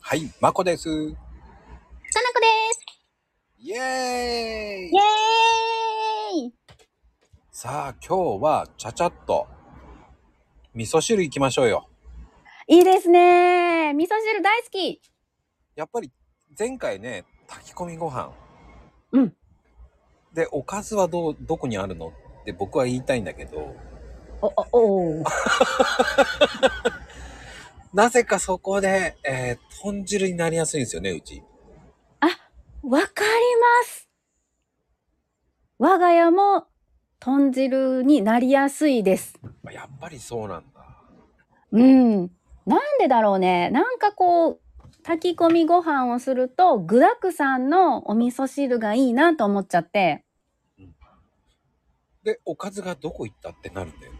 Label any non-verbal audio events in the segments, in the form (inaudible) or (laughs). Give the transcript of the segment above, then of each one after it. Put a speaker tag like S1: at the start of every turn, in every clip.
S1: はい、まこです。
S2: さなこです。
S1: イエーイ
S2: イエーイ
S1: さあ、今日はちゃちゃっと、味噌汁行きましょうよ。
S2: いいですね味噌汁大好き
S1: やっぱり前回ね、炊き込みご飯。
S2: うん。
S1: で、おかずはどう、どこにあるのって僕は言いたいんだけど、
S2: お、お、お
S1: なぜかそこで、えー、豚汁になりやすいんですよね、うち。
S2: わかります我が家も豚汁になりやすいです。
S1: まあやっぱりそうなんだ。
S2: うん。なんでだろうねなんかこう、炊き込みご飯をすると具沢山のお味噌汁がいいなと思っちゃって。
S1: で、おかずがどこ行ったってなるんだよね。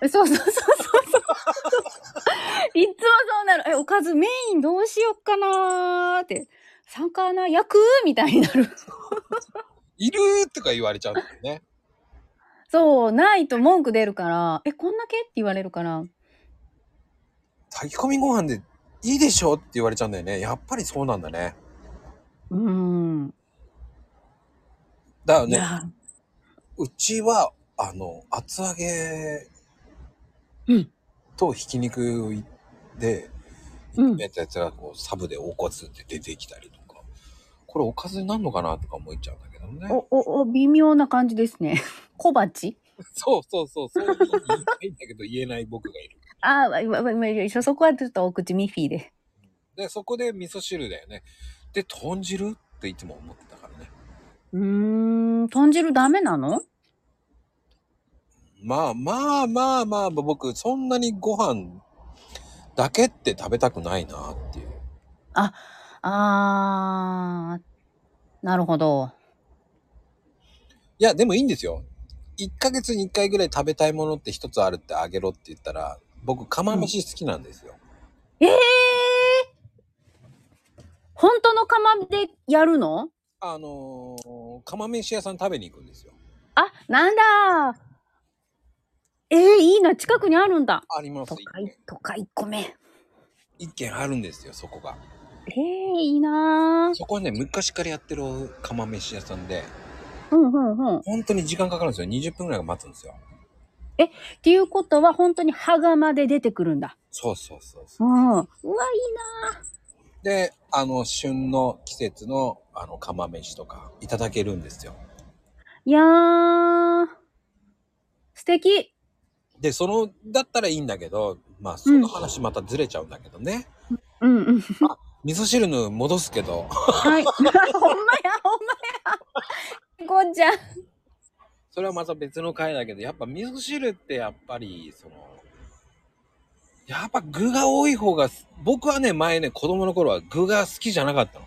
S2: そうそうそうそう (laughs) そう。いっつもそうなる。え、おかずメインどうしよっかなーって。魚焼くみたいになる。 (laughs)
S1: いるーとか言われちゃうんだよね。 (laughs)
S2: そう、ないと文句出るから、え、こんだけって言われるから。
S1: 炊き込みご飯でいいでしょって言われちゃうんだよね。やっぱりそうなんだね。
S2: うーん。
S1: だよ
S2: い
S1: ね。
S2: や、
S1: うちは、あの、厚揚げ
S2: うん
S1: とひき肉で、
S2: うん
S1: 炒めたやつがこうサブでおこずって出てきたりとか、これおかずになるのかなとか思っちゃうんだけどね。
S2: お、お、お、微妙な感じですね。 (laughs) 小鉢
S1: (laughs) そうそうそう、そういうふうに言いたいんだけど言えない僕がいる。
S2: ああ、わわわそそこはちょっとお口ミッフィーで。
S1: で、そこで味噌汁だよね。で、豚汁っていつも思ってたからね。
S2: うーん、豚汁ダメなの
S1: まあまあまあまあ、僕、そんなにご飯だけって食べたくないなっていう。
S2: あー、なるほど。
S1: いや、でもいいんですよ。1ヶ月に1回ぐらい食べたいものって一つあるってあげろって言ったら、僕、釜飯好きなんですよ。
S2: ええー、本当の釜でやるの
S1: あのー、釜飯屋さん食べに行くんですよ。
S2: あ、なんだええー、いいな、近くにあるんだ。
S1: あります。
S2: 都
S1: 1
S2: 会、都会個目。え
S1: 軒あるんですよ、そこが。
S2: えー、いいなー
S1: そこはね、昔からやってる釜飯屋さんで、
S2: うんうんうん。っ
S1: 本当に時間かかるんですよ。20分ぐらい待つんですよ。
S2: ていうことは、本当に羽釜で出てくるんだ。
S1: そうそうそうそう。
S2: うん。うわ、いい
S1: で、あの、旬の季節の、あの、釜飯とか、いただけるんですよ。
S2: なー。いやー。素敵。
S1: で、その、だったらいいんだけど、まあ、その話またずれちゃうんだけどね。
S2: うんうん。
S1: 味噌汁の戻すけど、
S2: はい。 (laughs) ほんまや、ほんまや。こんちゃん。
S1: それはまた別の回だけど、やっぱ味噌汁ってやっぱり、その、やっぱ具が多い方が、僕はね、前ね、子供の頃は具が好きじゃなかったの。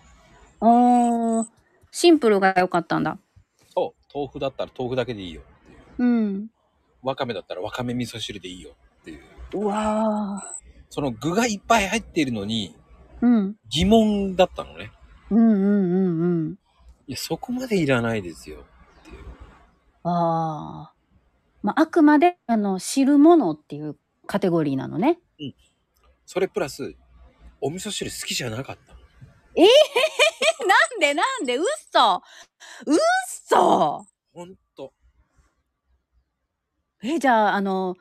S2: おー。シンプルが良かったんだ。
S1: そう、豆腐だったら豆腐だけでいいよっていう。
S2: うん。
S1: わかめだったらわかめ味噌汁でいいよっていう。
S2: うわー。
S1: その具がいっぱい入っているのに、
S2: うん。
S1: 疑問だったのね。
S2: うんうんうんうん。
S1: いや、そこまでいらないですよっていう。
S2: ああ。まあ、あくまで、あの、知るものっていうカテゴリーなのね。
S1: それプラス、お味噌汁好きじゃなかったの。
S2: なんでなんで、うっそうっそ
S1: ほんと。
S2: え、じゃあ、あの、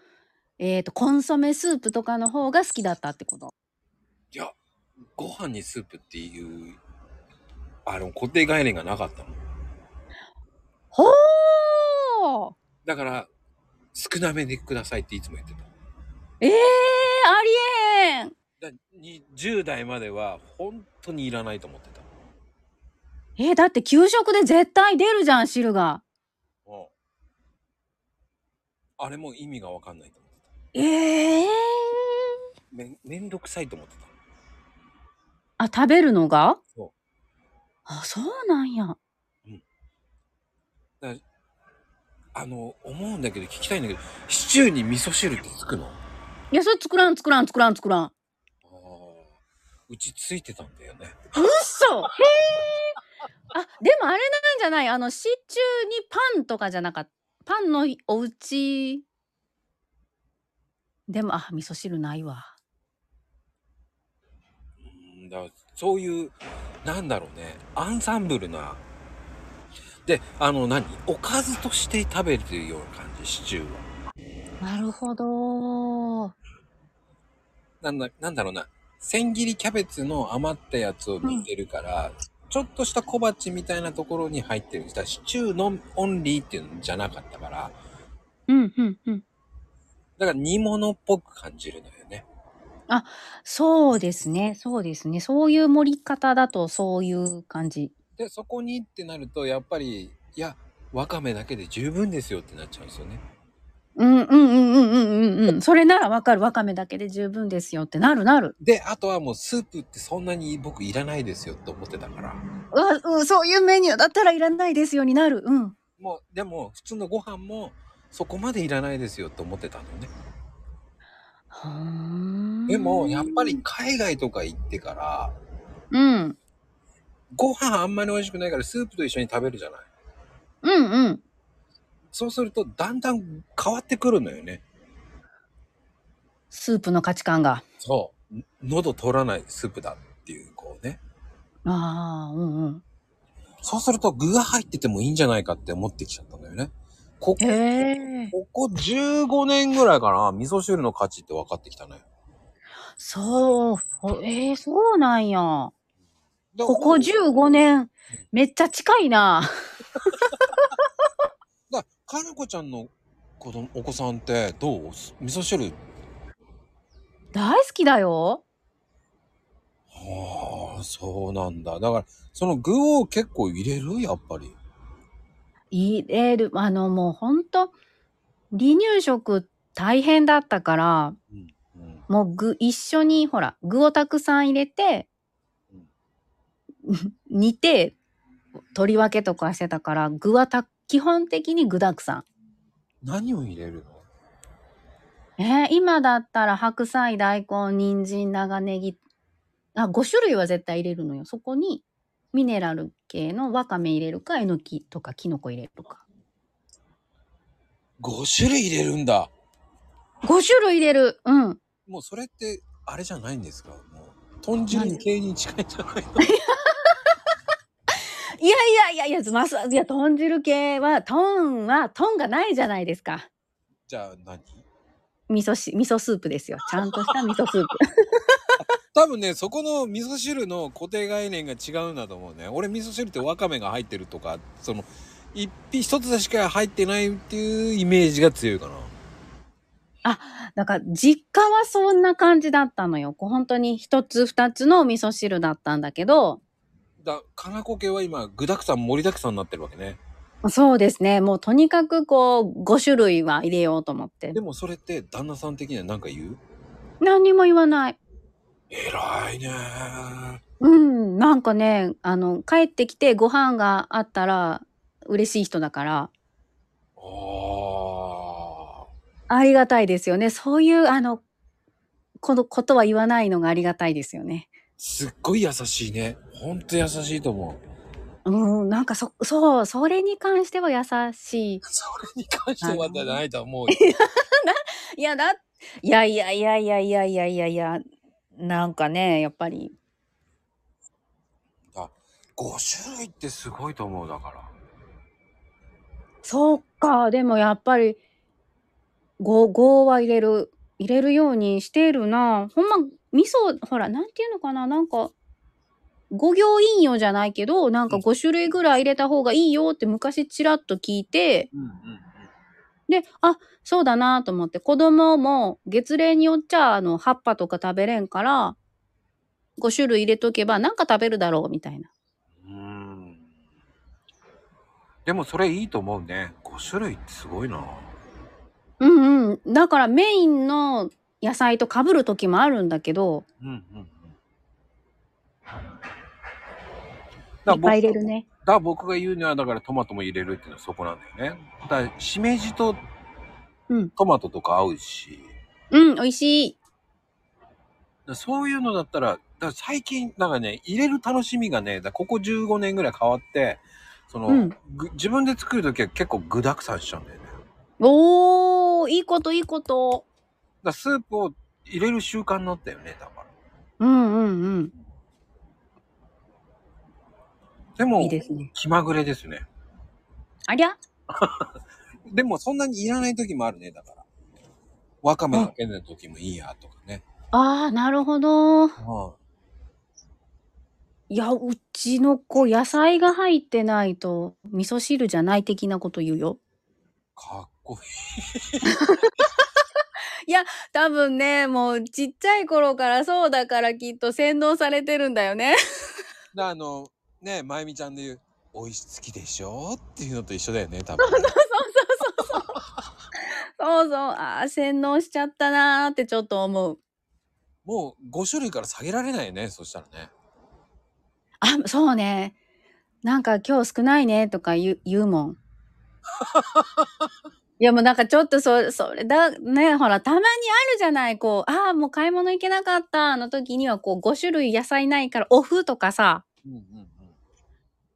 S2: えっ、と、コンソメスープとかの方が好きだったってこと
S1: いや、ご飯にスープっていう、あの、固定概念がなかったの。
S2: ほー
S1: だから、少なめでくださいっていつも言ってた。
S2: ええー、ありえん
S1: だに10代までは本当にいらないと思ってた。
S2: えだって給食で絶対出るじゃん、汁が。
S1: うんあれも意味がわかんないと思ってた。
S2: ええー。
S1: めめんどくさいと思ってた。
S2: あ、食べるのが
S1: そう
S2: あ、そうなんや。
S1: あの、思うんだけど聞きたいんだけど、シチューに味噌汁ってつくのあ
S2: いや、それ作らん、作らん、作らん、作らん。
S1: あ。うちついてたんだよね。
S2: うっそへえあでもあれなんじゃないあのシチューにパンとかじゃなかったパンのお家でもあ味噌汁ないわ
S1: うんだからそういうなんだろうねアンサンブルなであの何おかずとして食べてるような感じシチューは
S2: なるほど。
S1: なんだなんだろうな千切りキャベツの余ったやつを煮てるから、ちょっとした小鉢みたいなところに入ってるだからシチューのオンリーっていうのじゃなかったから
S2: うんうんうん。
S1: だから煮物っぽく感じるのよね
S2: そうですね。そうですね。そういう盛り方だとそういう感じ。
S1: でそこにってなるとやっぱりいやわかめだけで十分ですよってなっちゃうんですよね
S2: うんうんうんうんうんうんうん。それならわかる。わかめだけで十分ですよってなるなる。
S1: で、あとはもうスープってそんなに僕いらないですよって思ってたから。
S2: うわ、うん、そういうメニューだったらいらないですよになる。うん。
S1: もう、でも普通のご飯もそこまでいらないですよって思ってたのね。でも、やっぱり。海外とか行ってから、
S2: うん。
S1: ご飯あんまり美味しくないからスープと一緒に食べるじゃない。
S2: うんうん。
S1: そうするとだんだん変わってくるのよね。
S2: スープの価値観が。
S1: そう。ん喉通らないスープだっていう、こうね。
S2: ああ、うんうん。
S1: そうすると具が入っててもいいんじゃないかって思ってきちゃったんだよね。ここ、
S2: へえ。
S1: ここ15年ぐらいかな、味噌汁の価値って分かってきたね。
S2: そう。ほええそうなんや。こ
S1: で
S2: こ15年、めっちゃ近いな。
S1: だからかなこちゃんの子供お子さんってどうす味噌汁
S2: 大好きだよ。
S1: はあそうなんだだからその具を結構入れるやっぱり
S2: 入れる。あの、もうほんと、離乳食大変だったから、
S1: うんうん
S2: もう具、一緒に、ほら、具をたくさん入れて、煮て、取り分けとかしてたから、具はた、基本的に具だくさ
S1: 何を入れるの
S2: ん。えー今だったら白菜、大根、人参、長ネギ、あ、5種類は絶対入れるのよ。そこに、ミネラル系のわかめ入れるか、えのきとか、きのこ入れるとか。
S1: 5種類入れるんだ
S2: 5種類入れるうん。
S1: もうそれってあれじゃないんですかもう豚汁系に近いんじゃないの
S2: いやいやいやいや、まさ、いや、豚汁系は、豚は、豚がないじゃないですか。
S1: じゃあ何
S2: 味噌し、味噌スープですよ。ちゃんとした味噌スープ。 (laughs)
S1: 多分ねそこの味噌汁の固定概念が違うんだと思うね俺味噌汁ってわかめが入ってるとかその一品一つしか入ってないっていうイメージが強いかな
S2: なんか、実家はそんな感じだったのよ。こう本当に一つ二つのお味噌汁だったんだけど、
S1: だかなこ家は今具だくさん盛りだくさんになってるわけね
S2: そうですね。もうとにかくこう、5種類は入れようと思って
S1: で。もそれって旦那さん的には何か言う
S2: 何にも言わない。
S1: 偉いねー
S2: うん、なんかね、あの、帰ってきてご飯があったら嬉しい人だから、
S1: あ
S2: ありがたいですよね。そういう、あの、このことは言わないのがありがたいですよね。
S1: ーすっごい優しいねほんと優しいと思う
S2: うん、なんかそ、そう、それに関しては優しい。
S1: それに関してはじゃないと思うよ (laughs)
S2: いや、だ、いやいやいやいやいやいやいやいや、なんかね、やっぱり。
S1: 5種類ってすごいと思うだから
S2: そうか、でもやっぱり、ご、ごは入れる、入れるようにしてるな。ほんま、味噌、ほら、なんていうのかな、なんか、五行引用じゃないけど、なんか
S1: うん
S2: 5種類ぐらい入れた方がいいよって昔ちらっと聞いて、
S1: うんうん
S2: で、あ、そうだなと思って、子供も月齢によっちゃ、あの、葉っぱとか食べれんから、5種類入れとけばなんか食べるだろう、みたいな。
S1: うーんでもそれいいと思うね。5種類ってすごいな。
S2: うんうん。だからメインの野菜と被る時もあるんだけど、
S1: うんうんうん。
S2: い
S1: だから
S2: っぱい入れ
S1: 僕
S2: るね。
S1: だから僕が言うにはだからトマトも入れるっていうのはそこなんだよね。だからしめじと
S2: うん
S1: トマトとか合うし、
S2: うん、美味しい。
S1: だからそういうのだったら、だから最近なんかね、入れる楽しみがね、だからここ15年ぐらい変わって、その、
S2: うん
S1: ぐ自分で作るときは結構具だくさんしちゃうんだよね。だか
S2: おー、いいこと、いいこと。
S1: らスープを入れる習慣になったよね、だから。
S2: うんうんうん。
S1: でも
S2: いいですね。
S1: 気まぐれですね。
S2: ありゃ
S1: でもそんなにいらない時もあるね、だから。わかめだけの時もいいや、とかね。
S2: ああ、なるほど。い
S1: は
S2: や、うちの子、野菜が入ってないと、味噌汁じゃない的なこと言うよ。
S1: いかっこいい。
S2: 多分ね、もうちっちゃい頃からそうだからきっと洗脳されてるんだよね。
S1: であの、ね、まゆみちゃんで言う、美味し好きでしょっていうのと一緒だよね、多分。
S2: (laughs) そうそう、ああ、洗脳しちゃったなーってちょっと思う。
S1: もう5種類から下げられないよね、そしたらね。
S2: あ、そうね。なんか今日少ないねとか言う言うもん。いやもうなんかちょっとそそれだねほらたまにあるじゃないこうああもう買い物行けなかったの時にはこう5種類野菜ないからオフとかさ
S1: うんうんうん。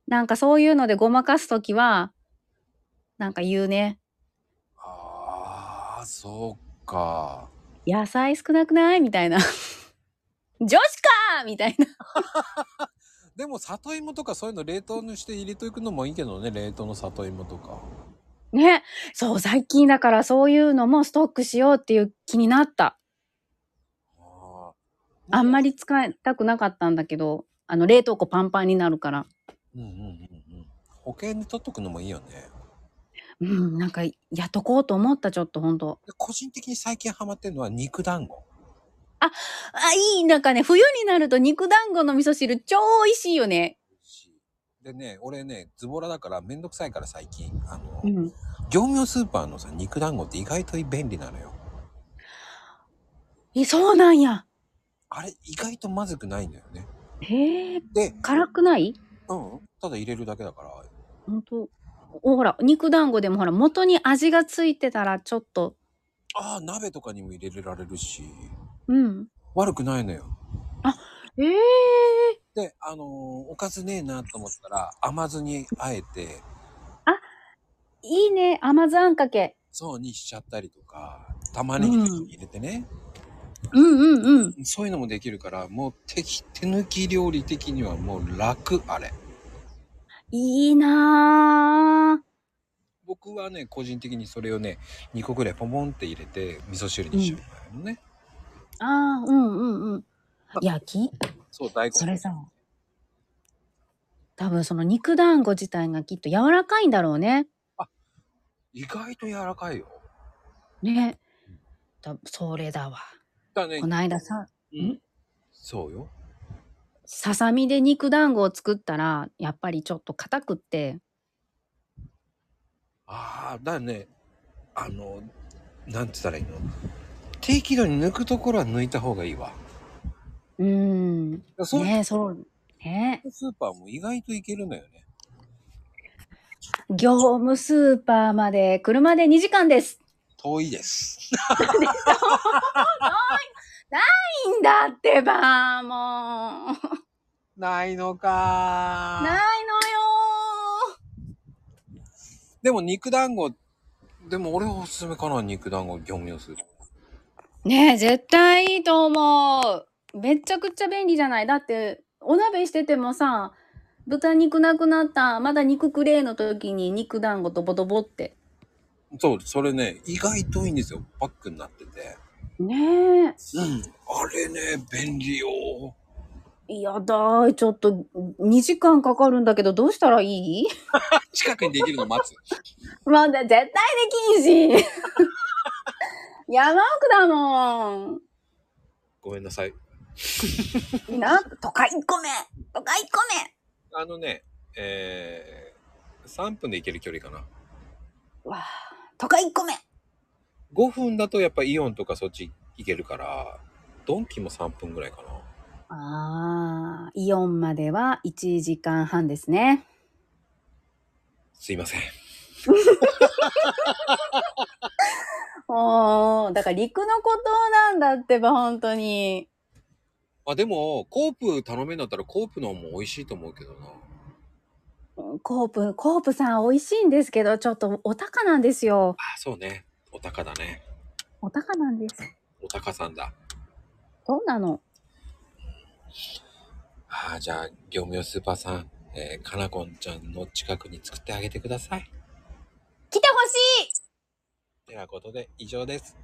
S2: なんかそういうのでごまかす時はなんか言うね
S1: ああ、そうか。
S2: 野菜少なくないみたいな (laughs) 女子かーみたいな
S1: でも里芋とかそういうの冷凍にして入れとくのもいいけどね、冷凍の里芋とか。
S2: ねそう最近だからそういうのもストックしようっていう気になった
S1: あー
S2: あんま。り使いたくなかったんだけど、あの冷凍庫パンパンになるから。
S1: うんうんうんうん。保険で取っとくのもいいよね。
S2: うん、なんかやっとこうと思った、ちょっとほんと。
S1: で個人的に最近ハマってるのは肉団子。
S2: あ、いい、なんかね、冬になると肉団子の味噌汁超美味しいよね。
S1: でね、俺ね、ズボラだからめんどくさいから最近、あの、
S2: うん。
S1: 業務用スーパーのさ、肉団子って意外と便利なのよ。
S2: え、そうなんや。
S1: あれ、意外とまずくないんだよね。
S2: へえ、
S1: で、
S2: 辛くない
S1: うん、ただ入れるだけだから、
S2: ほんと。おほら、肉団子でもほら、元に味がついてたらちょっと、
S1: ああ、鍋とかにも入れられるし、
S2: うん。
S1: 悪くないのよ。
S2: ええ
S1: で、あのーおかずねえなと思ったら、甘酢にあえて、
S2: いいね、甘酢あんかけ。
S1: そうにしちゃったりとか、玉ねぎとかに入れてね、
S2: うんうんうん。
S1: そういうのもできるから、もう手き手抜き料理的にはもう楽、あれ。
S2: いいなぁ。
S1: 僕はね、個人的にそれをね、2個ぐらいポンポンって入れて、味噌汁にしようのね。
S2: ああ、うんうんうん。いや、き、
S1: そう、大根。
S2: それさ多分その肉団子自体がきっと柔らかいんだろうね。
S1: 意外と柔らかいよ。
S2: ね。たそれだわ。
S1: だね
S2: こ。の間さ
S1: うん。そうよ。
S2: ささみで肉団子を作ったらやっぱりちょっと硬くって
S1: ああ、だね。あの、なんて言ったらいいの適度に抜くところは抜いた方がいいわ。
S2: うーん
S1: そういう
S2: ねそうね
S1: スーパーも意外といけるのよね。
S2: 業務スーパーまで車で2時間です
S1: 遠いです。
S2: いいんだってばもう
S1: ないの
S2: ないの
S1: か
S2: よ
S1: ーでも肉団子、でも俺はおすすめかな、肉団子業務用スーパー。
S2: ーねえ絶対いいと思うめっちゃくちゃ便利じゃないだってお鍋しててもさ豚肉なくなったまだ肉クレーの時に肉団子とボトボって
S1: そう、それね、意外といいんですよ。パックになってて。
S2: ねえ
S1: うん。あれね、便利よ。
S2: いやだーちょっと2時間かかるんだけどどうしたらいい
S1: 近くにできるの待つ。
S2: まだ絶対できんし山奥だもん
S1: (laughs) ごめんなさい。
S2: なんとか1個目とか1個
S1: あのね、えー、3分で行ける距離かな。
S2: 目わあとか1個目
S1: 5分だとやっぱイオンとかそっち行けるから、ドンキも3分ぐらいかな。
S2: あーイオンまでは1時間半ですね
S1: すいません。
S2: おーだから陸の孤島なんだってば本当に
S1: あ、でも、コープ頼めんだったらコープのも美味しいと思うけどな。
S2: コープコープさん美味しいんですけどちょっとお高なんですよ
S1: あ、そうね。お高だね。
S2: お高なんです
S1: お高さんだ。
S2: そうなの
S1: あーじゃあ、業務用スーパーさん、えー、かなこんちゃんの近くに作ってあげてください。
S2: 来てほしい
S1: てなことで以上です。